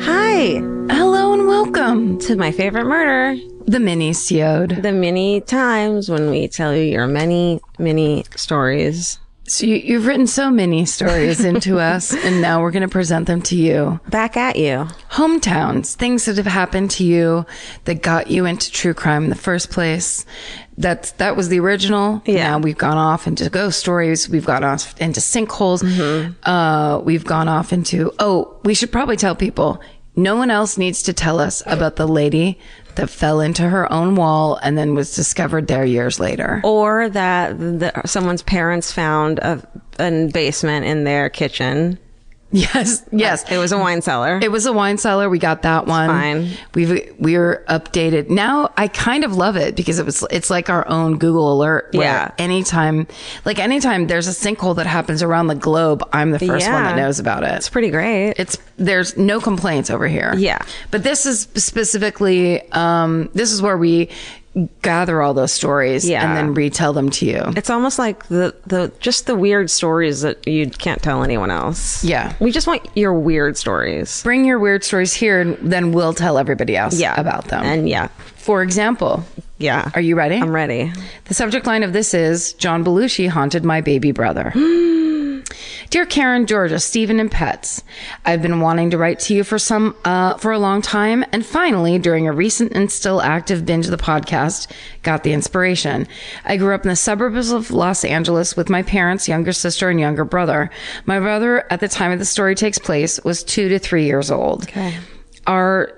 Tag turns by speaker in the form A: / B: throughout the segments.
A: Hi. Hello and welcome to my favorite murder.
B: The mini seode.
A: The many times when we tell you your many, many stories.
B: So you, you've written so many stories into us, and now we're going to present them to you.
A: Back at you.
B: Hometowns, things that have happened to you that got you into true crime in the first place. That's that was the original.
A: Yeah.
B: Now we've gone off into ghost stories. We've gone off into sinkholes.
A: Mm-hmm.
B: Uh, we've gone off into oh, we should probably tell people. No one else needs to tell us about the lady that fell into her own wall and then was discovered there years later.
A: Or that the, someone's parents found a, a basement in their kitchen.
B: Yes, yes.
A: It was a wine cellar.
B: It was a wine cellar. We got that one.
A: fine.
B: We've we're updated now. I kind of love it because it was it's like our own Google alert. Where
A: Yeah.
B: Anytime, like anytime there's a sinkhole that happens around the globe, I'm the first one that
A: Yeah.
B: knows about
A: it's
B: it.
A: pretty great.
B: It's there's no complaints over here.
A: Yeah.
B: But this is specifically um this is where we gather all those stories
A: Yeah.
B: and then retell them to you.
A: it's almost like the, the just the weird stories that you can't tell anyone else.
B: Yeah.
A: We just want your weird stories.
B: Bring your weird stories here and then we'll tell everybody else about them.
A: And yeah.
B: For example,
A: Yeah.
B: are you ready?
A: I'm ready.
B: The subject line of this is John Belushi haunted my baby brother. Dear Karen, Georgia, Stephen, and pets, I've been wanting to write to you for some uh, for a long time, and finally, during a recent and still active binge of the podcast, got the inspiration. I grew up in the suburbs of Los Angeles with my parents, younger sister, and younger brother. My brother, at the time of the story takes place, was two to three years old. Okay. Our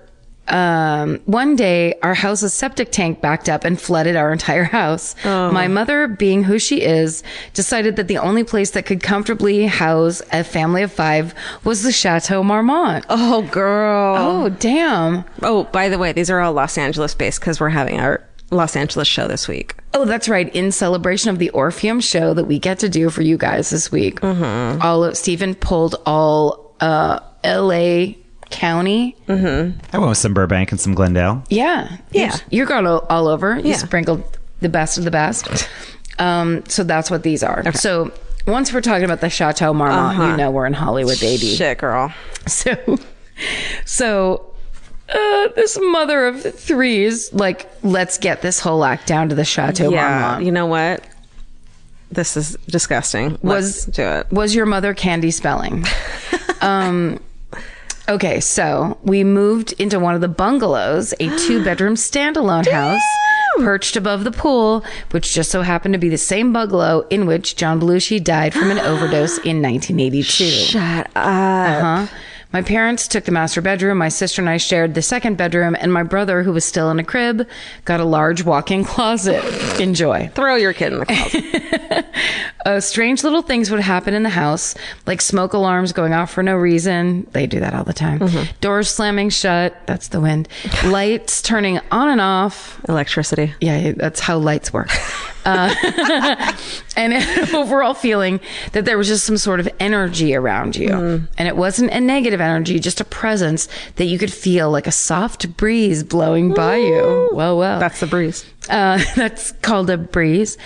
B: um, one day our house's septic tank backed up and flooded our entire house. My mother, being who she is, decided that the only place that could comfortably house a family of five was the Chateau Marmont. Oh,
A: Oh, girl.
B: damn.
A: Oh, by the way, these are all Los Angeles based because we're having our Los Angeles show this week.
B: Oh, that's right. In celebration of the Orpheum show that we get to do for you guys this week, all of Stephen pulled all uh, L.A. County.
C: I went with some Burbank and some Glendale.
B: Yeah.
A: Yeah.
B: You got all, all over. You
A: Yeah.
B: sprinkled the best of the best. Um, so that's what these are. So once we're talking about the Chateau Marmont, you know we're in Hollywood, baby.
A: Uh-huh. Shit, girl.
B: So, so uh, this mother of three is like, let's get this whole act down to the Chateau
A: yeah.
B: Marmont.
A: You know what? This is disgusting. Let's
B: Was-
A: do it.
B: Was your mother Candy Spelling? um, okay, so we moved into one of the bungalows, a two bedroom standalone house perched above the pool, which just so happened to be the same bungalow in which John Belushi died from an overdose in 1982.
A: Shut up.
B: Uh-huh. My parents took the master bedroom. My sister and I shared the second bedroom, and my brother, who was still in a crib, got a large walk in closet. Enjoy.
A: Throw your kid in the closet.
B: Uh, strange little things would happen in the house, like smoke alarms going off for no reason. They do that all the time. Doors slamming shut. That's the wind. Lights turning on and off.
A: Electricity.
B: Yeah, that's how lights work. Uh, and an overall feeling that there was just some sort of energy around you. And it wasn't a negative energy, just a presence that you could feel like a soft breeze blowing by you. Well, well.
A: That's the breeze.
B: Uh, that's called a breeze.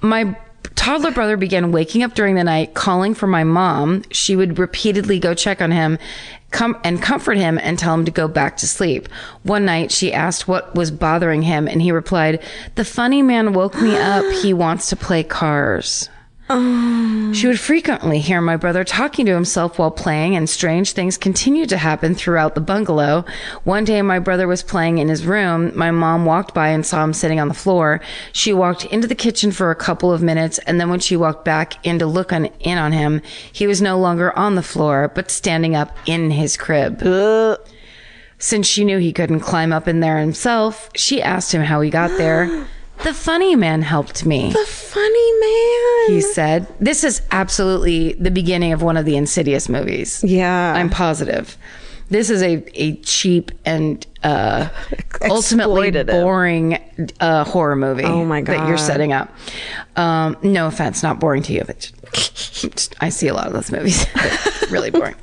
B: My toddler brother began waking up during the night, calling for my mom. She would repeatedly go check on him, come and comfort him, and tell him to go back to sleep. One night, she asked what was bothering him, and he replied, "The funny man woke me up. He wants to play cars." She would frequently hear my brother talking to himself while playing, and strange things continued to happen throughout the bungalow. One day, my brother was playing in his room. My mom walked by and saw him sitting on the floor. She walked into the kitchen for a couple of minutes, and then when she walked back in to look on, in on him, he was no longer on the floor, but standing up in his crib. Since she knew he couldn't climb up in there himself, she asked him how he got there. The funny man helped me
A: The funny man.
B: he said. This is absolutely the beginning of one of the Insidious movies.
A: Yeah.
B: I'm positive. This is a, a cheap and uh, ultimately
A: Exploitative.
B: boring uh, horror movie.
A: Oh my
B: That you're
A: God.
B: setting up. Um, no offense, not boring to you, but just- I see a lot of those movies. They're really boring.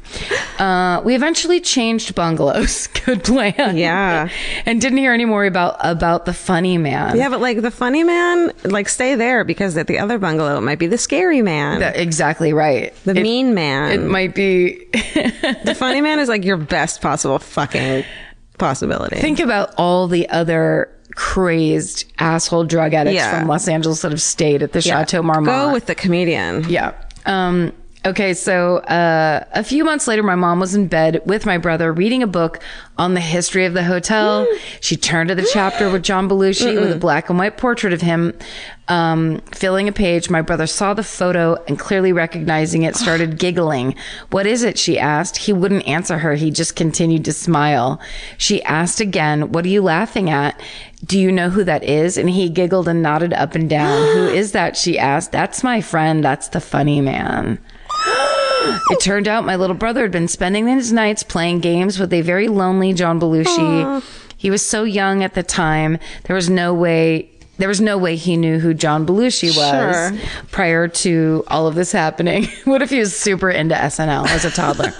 B: Uh, we eventually changed bungalows. Good plan.
A: Yeah.
B: and didn't hear any more about about the funny man.
A: yeah, but like the funny man, like stay there because at the other bungalow it might be the scary man,
B: That- exactly right.
A: the
B: It-
A: mean
B: It
A: man.
B: might be
A: the funny man is like your best possible fucking possibility.
B: Think about all the other crazed asshole drug addicts
A: Yeah.
B: from Los Angeles that have stayed at the Chateau Marmont.
A: Go with the comedian.
B: yeah. Um, okay, so uh, a few months later, my mom was in bed with my brother reading a book on the history of the hotel. she turned to the chapter with John Belushi with a black and white portrait of him um, filling a page. My brother saw the photo and clearly recognizing it, started giggling. What is it? She asked. He wouldn't answer her. He just continued to smile. She asked again, What are you laughing at? Do you know who that is? And he giggled and nodded up and down. who is that? She asked. That's my friend. That's the funny man. It turned out my little brother had been spending his nights playing games with a very lonely John Belushi. He was so young at the time. There was no way there was no way he knew who John Belushi was prior to all of this happening. what if he was super into SNL as a toddler?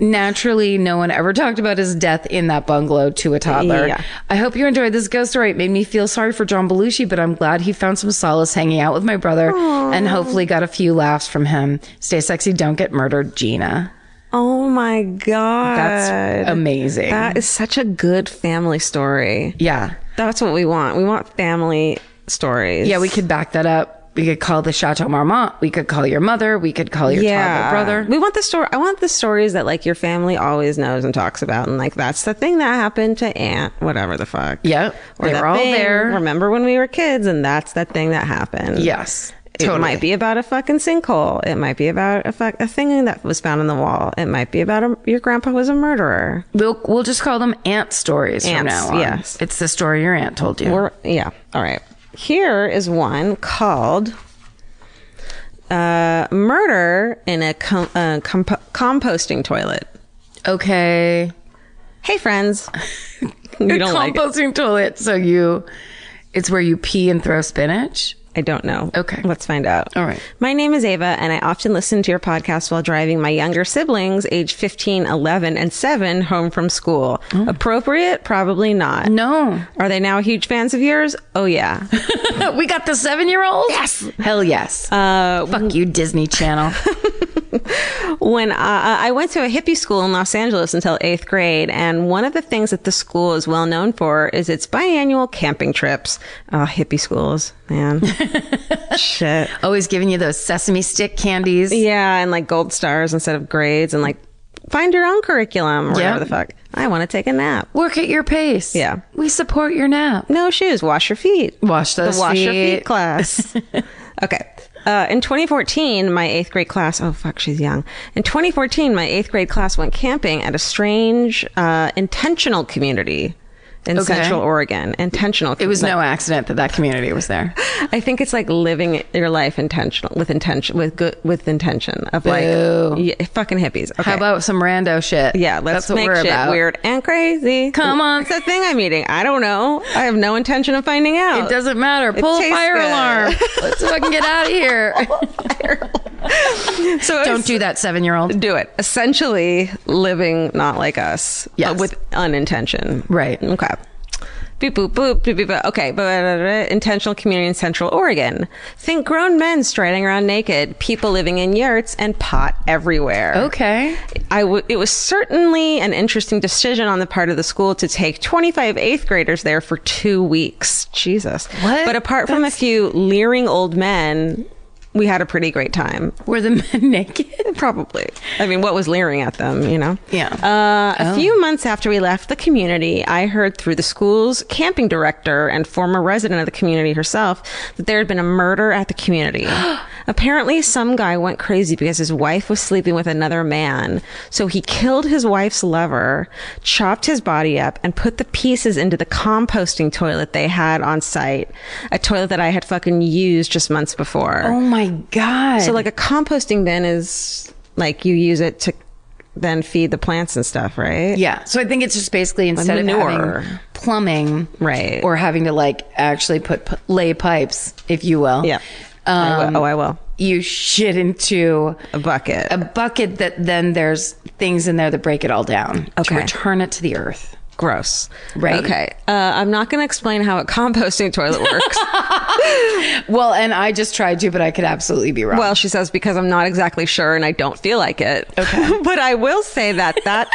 B: Naturally, no one ever talked about his death in that bungalow to a toddler.
A: Yeah.
B: I hope you enjoyed this ghost story. It made me feel sorry for John Belushi, but I'm glad he found some solace hanging out with my brother and hopefully got a few laughs from him. Stay sexy, don't get murdered, Gina.
A: Oh my god,
B: That's amazing.
A: That is such a good family story.
B: yeah.
A: That's what we want. We want family stories.
B: Yeah, we could back that up. We could call the Chateau Marmont. We could call your mother. We could call your toddler brother.
A: We want the story. I want the stories that like your family always knows and talks about, and like that's the thing that happened to Aunt, whatever the fuck.
B: Yep.
A: Or
B: They
A: that
B: were all
A: thing,
B: there.
A: Remember when we were kids, and that's the thing that happened.
B: Yes.
A: It
B: totally.
A: might be about a fucking sinkhole. It might be about a fuck a thing that was found on the wall. It might be about a, your grandpa was a murderer.
B: We'll, we'll just call them aunt stories from
A: Aunts,
B: now on.
A: yes.
B: It's the story your aunt told you.
A: Or yeah. All right. Here is one called uh, "Murder in a com- uh, comp- Composting Toilet."
B: okay.
A: Hey, friends. you don't like it.
B: composting toilet. So you, it's where you pee and throw spinach.
A: I don't know.
B: Okay.
A: Let's find out.
B: All right.
A: My name is Ava, and I often listen to your podcast while driving my younger siblings, age 15, 11, and 7, home from school. Appropriate? Probably not.
B: Oh. No,
A: Are they now huge fans of yours? Oh, yeah.
B: we got the seven-year-old. Yes, hell yes. Uh, Fuck you, Disney Channel.
A: when I, I went to a hippie school in Los Angeles until eighth grade, and one of the things that the school is well known for is its biannual camping trips. Oh, hippie schools, man. Shit.
B: Always giving you those sesame stick candies.
A: Yeah, and like gold stars instead of grades, and like find your own curriculum or whatever the fuck. I want to take a nap.
B: Work at your pace.
A: Yeah.
B: we support your nap.
A: No shoes. Wash your feet.
B: Wash those
A: the wash your feet
B: feet.
A: class. okay. Uh, in 2014, my eighth grade class. Oh fuck, she's young. In 2014, my eighth grade class went camping at a strange, uh, intentional community in
B: Okay.
A: Central Oregon. Intentional.
B: It was no accident that that community was there.
A: I think it's like living your life intentional with intention with good with intention of like
B: Boo.
A: yeah, fucking hippies. Okay.
B: How about some rando shit?
A: Yeah, let's
B: That's what
A: make
B: we're
A: shit
B: about.
A: weird and crazy.
B: Come on.
A: it's a thing I'm eating. I don't know. I have no intention of finding out.
B: It doesn't matter. Pull a
A: tastes
B: fire
A: good.
B: alarm. Let's fucking get out of here.
A: So
B: Don't do that, seven-year-old.
A: do it. Essentially, living not like us.
B: Yes.
A: uh, with unintention.
B: Right.
A: Okay. Boop, boop, boop, boop, boop, boop. Okay. Blah, blah, blah, blah. Intentional community in Central Oregon. Think grown men striding around naked, people living in yurts, and pot everywhere.
B: Okay.
A: I w- it was certainly an interesting decision on the part of the school to take 25 eighth graders there for two weeks. Jesus.
B: What?
A: But apart from a few leering old men, we had a pretty great time.
B: Were the men naked?
A: Probably. I mean, what was leering at them, you know?
B: Yeah. Oh.
A: Uh, A few months after we left the community, I heard through the school's camping director and former resident of the community herself that there had been a murder at the community. Apparently, some guy went crazy because his wife was sleeping with another man. So he killed his wife's lover, chopped his body up, and put the pieces into the composting toilet they had on site, a toilet that I had fucking used just months before.
B: Oh my god!
A: So like a composting bin is like you use it to then feed the plants and stuff, right?
B: yeah. So I think it's just basically instead
A: manure.
B: of having plumbing,
A: Right.
B: or having to like actually put p- lay pipes, if you will.
A: Yeah. I will-
B: Um,
A: oh, I will.
B: You shit into
A: A bucket.
B: a bucket that then there's things in there that break it all down.
A: Okay.
B: To return it to the earth.
A: Gross.
B: Right.
A: Okay. Uh, I'm not going to explain how a composting toilet works.
B: Well, and I just tried to, but I could absolutely be wrong.
A: well, she says because I'm not exactly sure and I don't feel like it. Okay. but I will say that that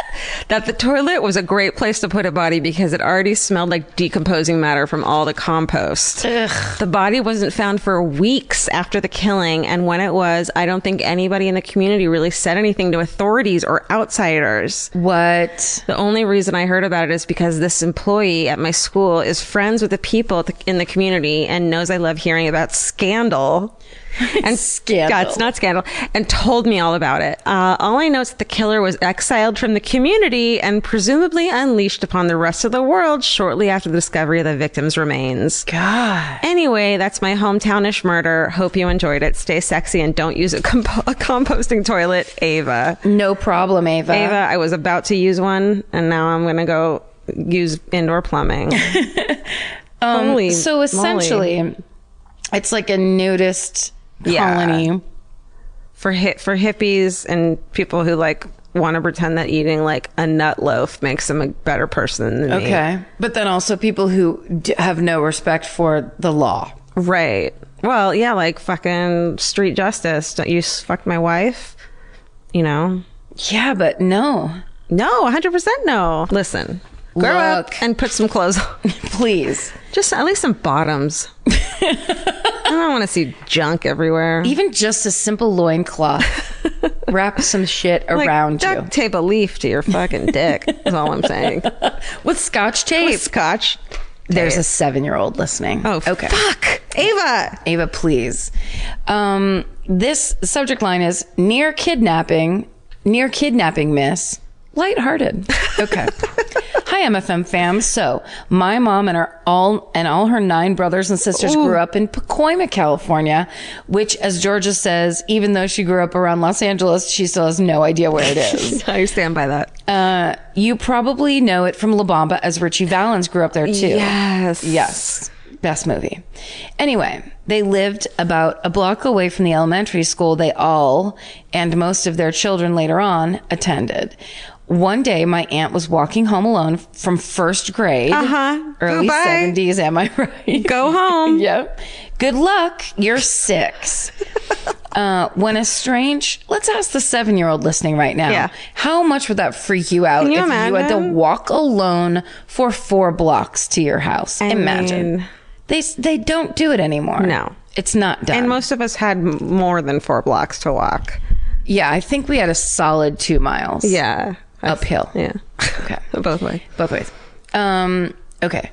A: that the toilet was a great place to put a body because it already smelled like decomposing matter from all the compost. The body wasn't found for weeks after the killing, and when it was, I don't think anybody in the community really said anything to authorities or outsiders.
B: what?
A: The only reason I heard about it is because this employee at my school is friends with the people th- in the community and knows I love hearing about scandal. And
B: Scandal.
A: God, it's not scandal. And told me all about it. Uh, all I know is that the killer was exiled from the community and presumably unleashed upon the rest of the world shortly after the discovery of the victim's remains.
B: God.
A: Anyway, that's my hometownish murder. Hope you enjoyed it. Stay sexy and don't use a, compo- a composting toilet, Ava.
B: No problem, Ava.
A: Ava, I was about to use one, and now I'm gonna go use indoor plumbing. Holy
B: Um, So
A: moly.
B: essentially, it's like a nudist
A: Yeah.
B: colony.
A: for hit for hippies and people who like want to pretend that eating like a nut loaf makes them a better person than me.
B: Okay. But then also people who d- have no respect for the law.
A: right? Well, yeah, like fucking street justice. Don't you s- fuck my wife? You know?
B: Yeah, but no.
A: No, 100 percent no. Listen, grow up
B: Look.
A: and put some clothes on.
B: Please.
A: Just at least some bottoms. I don't want to see junk everywhere.
B: Even just a simple loincloth. Wrap some shit around
A: duct
B: you.
A: tape a leaf to your fucking dick. is all I'm saying.
B: With scotch tape.
A: Scotch.
B: There's a seven year old listening.
A: Oh, okay. Fuck, Ava.
B: Ava, please. Um, this subject line is near kidnapping, near kidnapping miss, lighthearted. Okay. Hi, MFM fam. So my mom and her all and all her nine brothers and sisters grew up in Pacoima, California, which, as Georgia says, even though she grew up around Los Angeles, she still has no idea where it is.
A: I stand by that.
B: Uh, you probably know it from La Bamba, as Richie Valens grew up there too.
A: Yes.
B: Yes. Best movie. Anyway, they lived about a block away from the elementary school they all and most of their children later on attended. One day, my aunt was walking home alone from first grade. Uh
A: Uh-huh.
B: Early
A: Goodbye.
B: 70s, am I right?
A: Go home.
B: Yep. Good luck. You're six. uh, when a strange, let's ask the seven year old listening right now.
A: Yeah.
B: How much would that freak you out
A: you
B: if you had to
A: imagine?
B: walk alone for four blocks to your house? imagine.
A: mean-
B: they s- they don't do it anymore.
A: No.
B: It's not done.
A: And most of us had m- more than four blocks to walk.
B: yeah, I think we had a solid two miles.
A: Yeah.
B: Uphill.
A: Yeah.
B: Okay.
A: Both ways.
B: Both ways. Um, okay.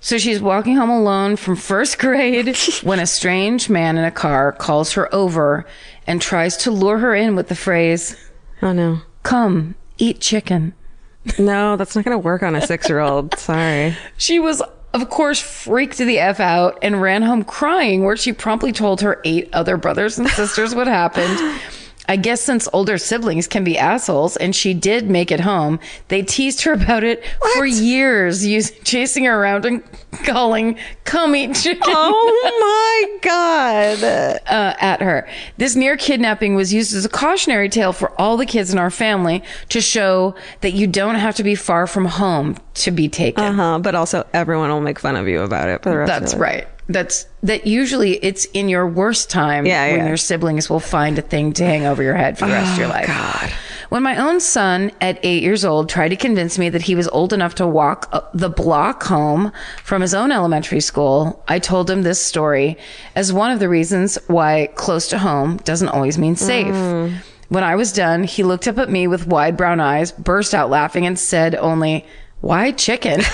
B: So she's walking home alone from first grade when a strange man in a car calls her over and tries to lure her in with the phrase,
A: Oh no.
B: Come, eat chicken.
A: No, that's not gonna work on a six-year-old. Sorry.
B: She was, of course, freaked the F out and ran home crying, where she promptly told her eight other brothers and sisters what happened. I guess since older siblings can be assholes, and she did make it home, they teased her about it for years, using, chasing her around and calling, Come eat chicken
A: Oh my god.
B: uh, at her. This near kidnapping was used as a cautionary tale for all the kids in our family to show that you don't have to be far from home to be taken.
A: Uh-huh. But also, everyone will make fun of you about it. For the rest of
B: That's
A: their
B: right. That's that usually it's in your worst time
A: Yeah,
B: when
A: yeah. Oh,
B: your siblings will find a thing to hang over your head for the rest of your life. God. When my own son at eight years old tried to convince me that he was old enough to walk uh, the block home from his own elementary school, I told him this story as one of the reasons why close to home doesn't always mean safe. When I was done, he looked up at me with wide brown eyes, burst out laughing, and said only, why chicken?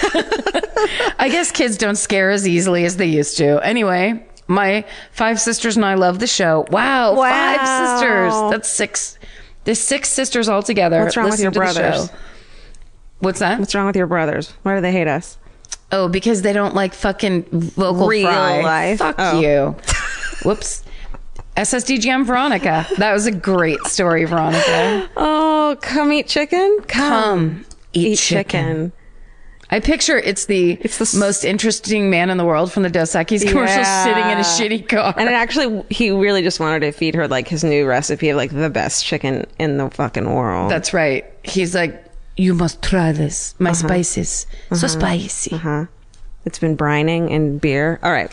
B: I guess kids don't scare as easily as they used to. Anyway, my five sisters and I love the show. Wow, five
D: Wow.
B: sisters. That's six. There's six sisters all together.
D: What's wrong with your
B: to the
D: brothers?
B: show. What's that?
D: What's wrong with your brothers? Why do they hate us?
B: Oh, because they don't like fucking vocal
D: Real
B: fry.
D: life.
B: Fuck
D: Oh.
B: you. Whoops. SSDGM Veronica. That was a great story, Veronica.
D: Oh, come eat chicken.
B: Come Um, eat,
D: eat
B: chicken.
D: chicken.
B: I picture it's the
D: It's the s-
B: most interesting man in the world from the Dos Equis commercial
D: Yeah.
B: sitting in a shitty car.
D: And it actually, he really just wanted to feed her like his new recipe of like the best chicken in the fucking world.
B: That's right. He's like, you must try this. My spices, so spicy.
D: huh? It's been brining and beer. All right.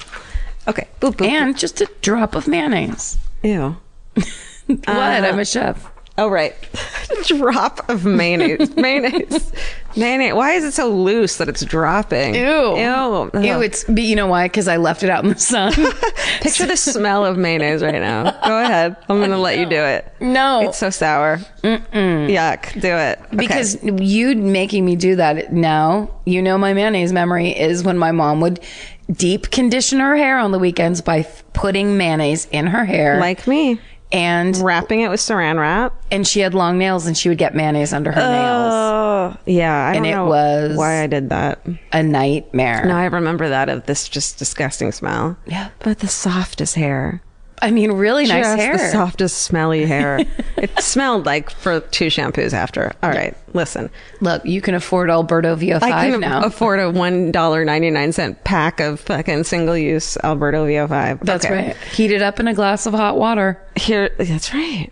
D: Okay. Boop, boop,
B: And just a drop of mayonnaise.
D: boop. Ew.
B: What? I'm a chef.
D: Oh, right. Drop of mayonnaise. mayonnaise. Mayonnaise. Why is it so loose that it's dropping? Ew. Ew.
A: Oh.
B: Ew. It's but you know why? Because I left it out in the sun.
D: Picture the smell of mayonnaise right now. Go ahead. I'm going to let you do it.
B: No.
D: It's so sour. Mm-mm. Yuck. Do it. Okay.
B: Because you making me do that now, you know my mayonnaise memory is when my mom would deep condition her hair on the weekends by f- putting mayonnaise in her hair,
D: Like me.
B: and
D: Wrapping it with saran wrap.
B: and she had long nails, and she would get mayonnaise under her nails.
D: Oh. Yeah. I don't
B: it
D: know
B: was-
D: why I did that.
B: A nightmare.
D: No, I remember that of this just disgusting smell.
B: Yeah.
D: But the softest hair.
B: I mean, really nice
D: Just
B: hair.
D: The softest, smelly hair. it smelled like for two shampoos after. All right, listen.
B: Look, you can afford Alberto VO5
D: I can
B: now.
D: afford a one dollar ninety nine cent pack of fucking single use Alberto VO five.
B: That's right. Heat it up in a glass of hot water.
D: Here, that's right.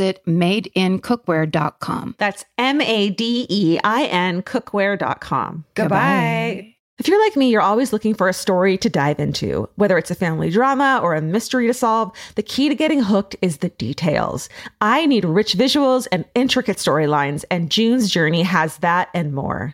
E: madeincookware.com.
A: That's M A D E I N cookware.com. Goodbye. If you're like me, you're always looking for a story to dive into. Whether it's a family drama or a mystery to solve, the key to getting hooked is the details. I need rich visuals and intricate storylines, and June's Journey has that and more.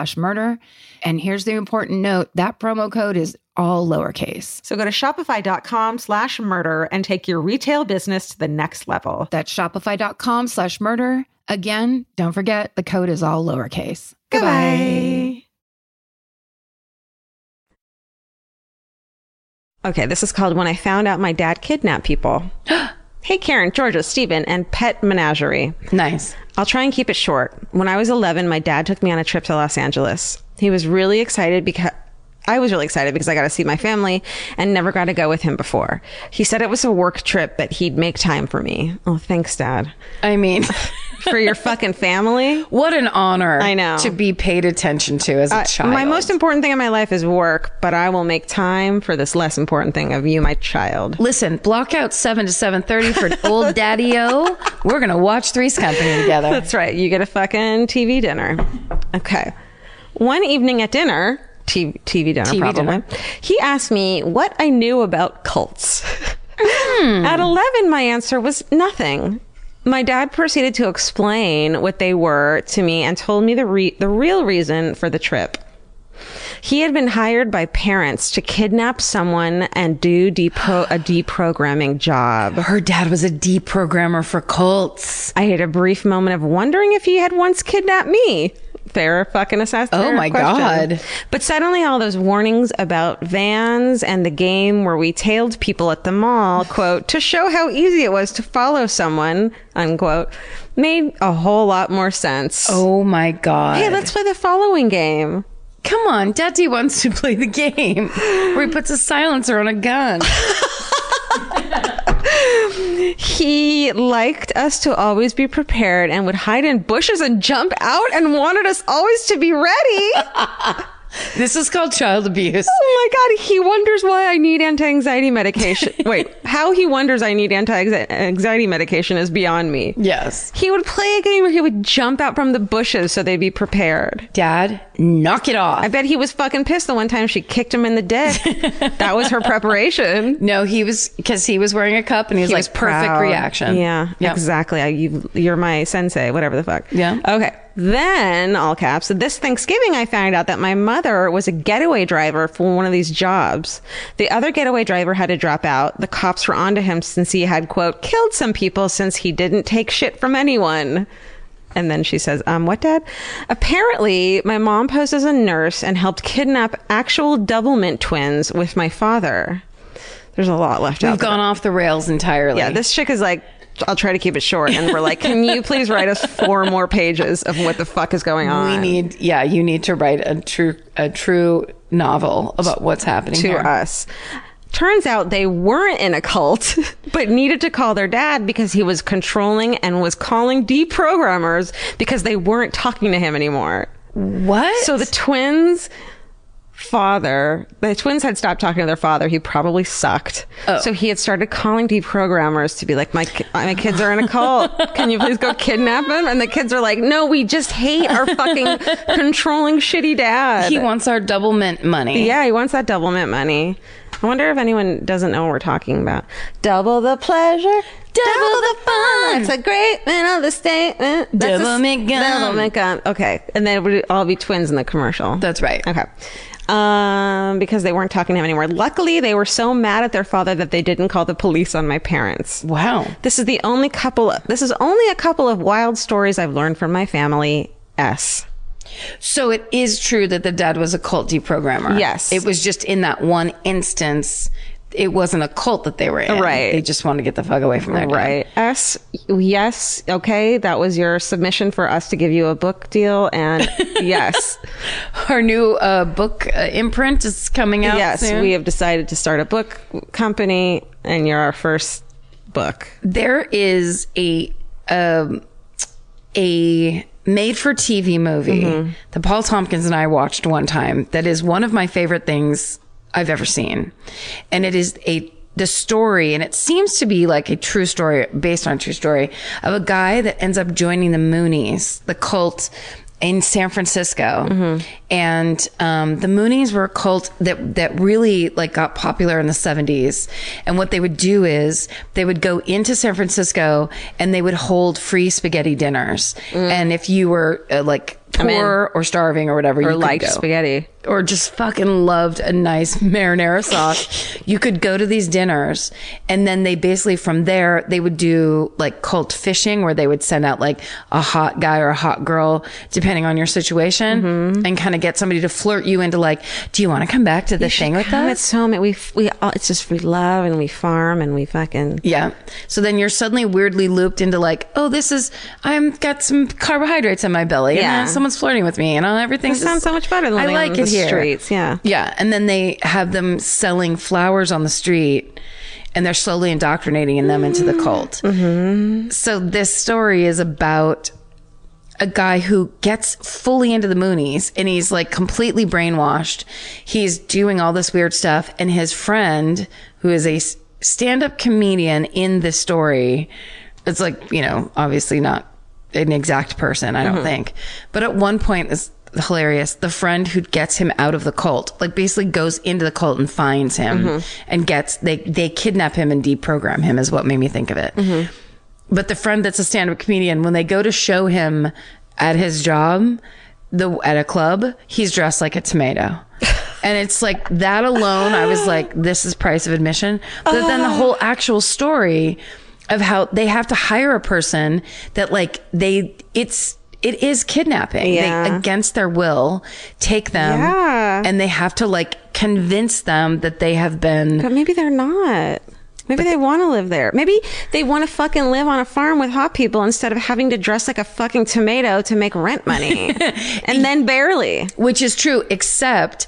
E: murder. And here's the important note that promo code is all lowercase.
F: So go to shopify.com slash murder and take your retail business to the next level.
E: That's shopify.com slash murder. Again, don't forget the code is all lowercase.
F: Goodbye.
A: Okay, this is called When I Found Out My Dad Kidnapped People. hey, Karen, Georgia, Stephen, and Pet Menagerie.
B: Nice.
A: I'll try and keep it short. When I was 11, my dad took me on a trip to Los Angeles. He was really excited because I was really excited because I got to see my family and never got to go with him before. He said it was a work trip, but he'd make time for me. Oh, thanks, Dad.
B: I mean,
A: For your fucking family?
B: what an honor.
A: I know.
B: To be paid attention to as a child.
A: My most important thing in my life is work, but I will make time for this less important thing of you, my child.
B: Listen, block out 7 to 7.30 for old daddy-o. We're going to watch Three's Company together.
A: That's right. You get a fucking TV dinner. Okay. One evening at dinner, T- TV dinner,
B: TV
A: probably,
B: dinner.
A: he asked me what I knew about cults. At 11, my answer was nothing. My dad proceeded to explain what they were to me and told me the, re- the real reason for the trip. He had been hired by parents to kidnap someone and do depro- a deprogramming job.
B: Her dad was a deprogrammer for cults.
A: I had a brief moment of wondering if he had once kidnapped me. Fair fucking assassin.
B: Oh my God.
A: But suddenly, all those warnings about vans and the game where we tailed people at the mall, quote, to show how easy it was to follow someone, unquote, made a whole lot more sense.
B: Oh my God.
A: Hey, let's play the following game.
B: Come on, Daddy wants to play the game where he puts a silencer on a gun.
A: He liked us to always be prepared and would hide in bushes and jump out and wanted us always to be ready.
B: This is called child abuse.
A: Oh my god, he wonders why I need anti-anxiety medication. Wait, how he wonders I need anti-anxiety medication is beyond me.
B: Yes.
A: He would play a game where he would jump out from the bushes so they'd be prepared.
B: Dad, knock it off.
A: I bet he was fucking pissed the one time she kicked him in the dick. that was her preparation.
B: no, he was because he was wearing a cup and he was
A: He
B: like
A: was
B: perfect
A: proud.
B: reaction.
A: Yeah,
B: Yep.
A: exactly. I, you, you're my sensei, whatever the fuck.
B: Yeah.
A: Okay. Then, all caps, this Thanksgiving, I found out that my mother was a getaway driver for one of these jobs. The other getaway driver had to drop out. The cops were onto him since he had, quote, killed some people since he didn't take shit from anyone. And then she says, um, what, Dad? Apparently, my mom posed as a nurse and helped kidnap actual doublemint twins with my father. There's a lot left out.
B: We've
A: there.
B: gone off the rails entirely.
A: Yeah, this chick is like, I'll try to keep it short. And we're like, can you please write us four more pages of what the fuck is going on?
B: we need. Yeah, you need to write a true a true novel about what's happening
A: to
B: here.
A: us. Turns out they weren't in a cult, but needed to call their dad because he was controlling and was calling deprogrammers because they weren't talking to him anymore.
B: What?
A: So the twins father the twins had stopped talking to their father he probably sucked
B: Oh.
A: so he had started calling deprogrammers to be like my ki- my kids are in a cult can you please go kidnap them and the kids are like no we just hate our fucking controlling shitty dad
B: he wants our double mint money.
A: yeah he wants that double mint money i wonder if anyone doesn't know what we're talking about double the pleasure double, the fun it's a great man of the statement That's a
B: Double
A: s-
B: mint gum.
A: double mint gum okay and then it would all be twins in the commercial
B: that's right.
A: Okay. um, because they weren't talking to him anymore. Luckily, they were so mad at their father that they didn't call the police on my parents.
B: Wow.
A: This is the only couple. This is only a couple of wild stories I've learned from my family. S.
B: So it is true that the dad was a cult deprogrammer.
A: Yes.
B: It was just in that one instance, it wasn't a cult that they were in.
A: Right.
B: They just wanted to get the fuck away from their dad.
A: Right. S. Yes. Okay. That was your submission for us to give you a book deal. And yes.
B: Her new uh, book uh, imprint is coming out
A: yes.
B: soon.
A: We have decided to start a book company, and you're our first book.
B: there is a um, a made for TV movie that Paul Tompkins and I watched one time that is one of my favorite things I've ever seen. And it is a the story and it seems to be like a true story based on a true story of a guy that ends up joining the Moonies, the cult in San Francisco, and um, the Moonies were a cult that that really like got popular in the '70s. And what they would do is they would go into San Francisco and they would hold free spaghetti dinners. And if you were uh, like poor or starving or whatever,
A: Or
B: you
A: liked
B: could go
A: spaghetti.
B: or just fucking loved a nice marinara sauce, you could go to these dinners and then they basically from there they would do like cult fishing where they would send out like a hot guy or a hot girl depending on your situation
A: Mm-hmm.
B: and kind of get somebody to flirt you into like, do you want to come back to the thing with
A: Come,
B: us?
A: It's home. And we we all, it's just we love and we farm and we fucking
B: Yeah. So then you're suddenly weirdly looped into like, oh, this is I'm got some carbohydrates in my belly.
A: Yeah.
B: And uh, someone's flirting with me and uh, everything
A: This sounds so much better than living on the streets, yeah.
B: Yeah. And then they have them selling flowers on the street and they're slowly indoctrinating them into the cult. So this story is about a guy who gets fully into the Moonies and he's like completely brainwashed. He's doing all this weird stuff. And his friend, who is a stand up comedian in this story, it's like, you know, obviously not an exact person, I don't think. But at one point, this hilarious the friend who gets him out of the cult like basically goes into the cult and finds him and gets they they kidnap him and deprogram him is what made me think of it but the friend that's a stand-up comedian when they go to show him at his job the at a club he's dressed like a tomato and it's like that alone i was like this is price of admission but then the whole actual story of how they have to hire a person that like they it's it is kidnapping they
A: Yeah.
B: against their will take them
A: Yeah.
B: and they have to like convince them that they have been
A: But maybe they're not. Maybe they want to live there. Maybe they want to fucking live on a farm with hot people instead of having to dress like a fucking tomato to make rent money. and then barely.
B: which is true except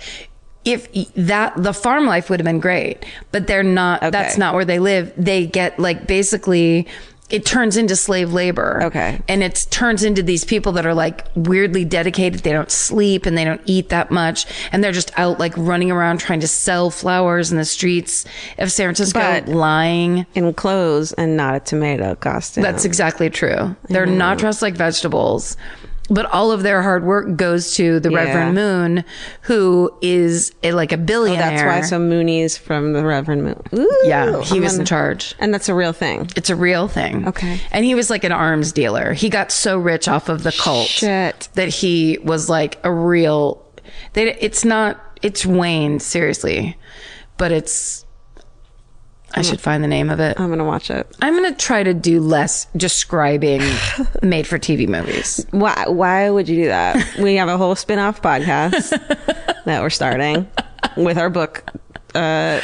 B: if that the farm life would have been great but they're not that's not where they live they get like basically it turns into slave labor
A: Okay.
B: and it turns into these people that are like weirdly dedicated they don't sleep and they don't eat that much and they're just out like running around trying to sell flowers in the streets of san francisco
A: But-
B: lying
A: In clothes and not a tomato costume.
B: that's exactly true. They're not dressed like vegetables, but all of their hard work goes to the Reverend Moon, who is a, like a billionaire.
A: Oh, That's why some Moonies from the Reverend Moon. Ooh,
B: yeah, he
A: I'm
B: was in
A: gonna-
B: charge.
A: And that's a real thing.
B: It's a real thing.
A: Okay.
B: And he was like an arms dealer. He got so rich off of the cult
A: Shit.
B: that he was like a real. They, it's not. It's Wayne, seriously, but it's. I should find the name of it.
A: I'm going to watch it.
B: I'm gonna try to do less describing made-for-TV movies.
A: Why, why would you do that? we have a whole spin off podcast that we're starting with our book uh,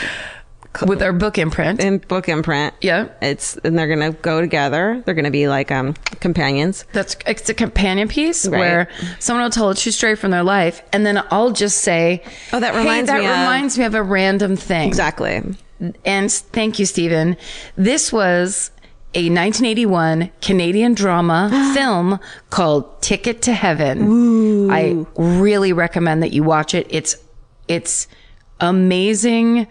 B: with our book imprint.
A: in book imprint.
B: Yeah.
A: It's and they're gonna go together. They're gonna be like um companions.
B: That's it's a companion piece
A: Right.
B: where someone will tell a true story from their life, and then I'll just say,
A: Oh, that
B: "Hey,
A: reminds
B: that
A: me of-"
B: reminds me of a random thing."
A: Exactly.
B: And thank you, Stephen. This was a 1981 Canadian drama film called Ticket to Heaven. I really recommend that you watch it. It's it's amazing.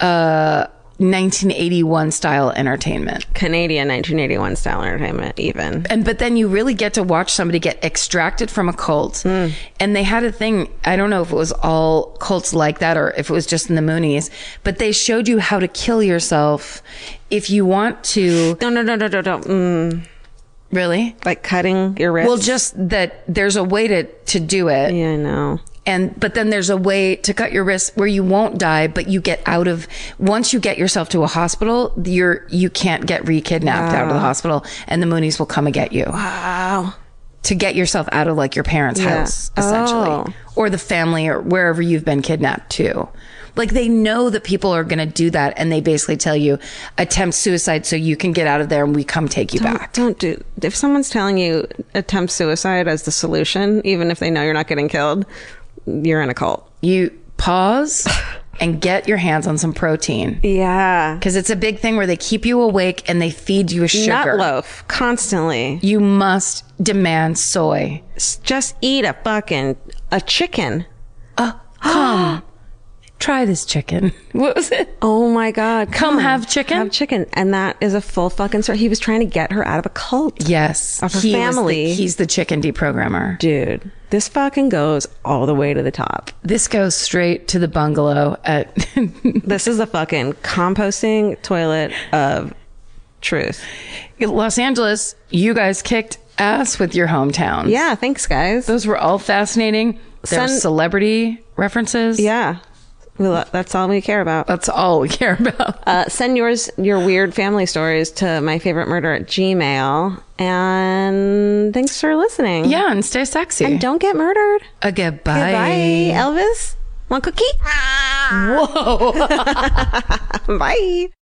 B: Uh, 1981 style entertainment.
A: Canadian 1981 style entertainment. Even
B: and but then you really get to watch somebody get extracted from a cult and they had a thing i don't know if it was all cults like that or if it was just in the moonies but they showed you how to kill yourself if you want to
A: no no no no no no. Mm,
B: really
A: like cutting your wrist.
B: well just that there's a way to to do it
A: yeah, I know.
B: and but then there's a way to cut your wrist where you won't die but you get out of once you get yourself to a hospital you're you can't get re-kidnapped out of the hospital and the moonies will come and get you
A: Wow.
B: to get yourself out of like your parents house essentially
A: Oh.
B: or the family or wherever you've been kidnapped to like they know that people are going to do that and they basically tell you attempt suicide so you can get out of there and we come take you back
A: Don't do. If someone's telling you attempt suicide as the solution, even if they know you're not getting killed, you're in a cult.
B: you pause and get your hands on some protein
A: Yeah.
B: because it's a big thing where they keep you awake and they feed you
A: Nut
B: sugar.
A: loaf constantly.
B: You must demand soy.
A: S- Just eat a fucking a chicken.
B: Try this chicken. What was it?
A: Oh my god.
B: Come have chicken?
A: Have chicken. And that is a full fucking story. He was trying to get her out of a cult.
B: Yes,
A: Of her
B: he was the-
A: Oh, family.
B: he's the chicken deprogrammer.
A: Dude, this fucking goes all the way to the top.
B: This goes straight to the bungalow at
A: This is the fucking composting toilet of truth.
B: Los Angeles. You guys kicked ass with your hometown.
A: Yeah, thanks guys.
B: those were all fascinating. There's
A: Send-
B: celebrity references.
A: Yeah. We lo- that's all we care about.
B: that's all we care about.
A: Uh, send yours, your weird family stories to my favorite murder at Gmail. And thanks for listening.
B: yeah, and stay sexy.
A: And don't get murdered.
B: A goodbye.
A: Goodbye, Elvis. Want cookie? Whoa. Bye.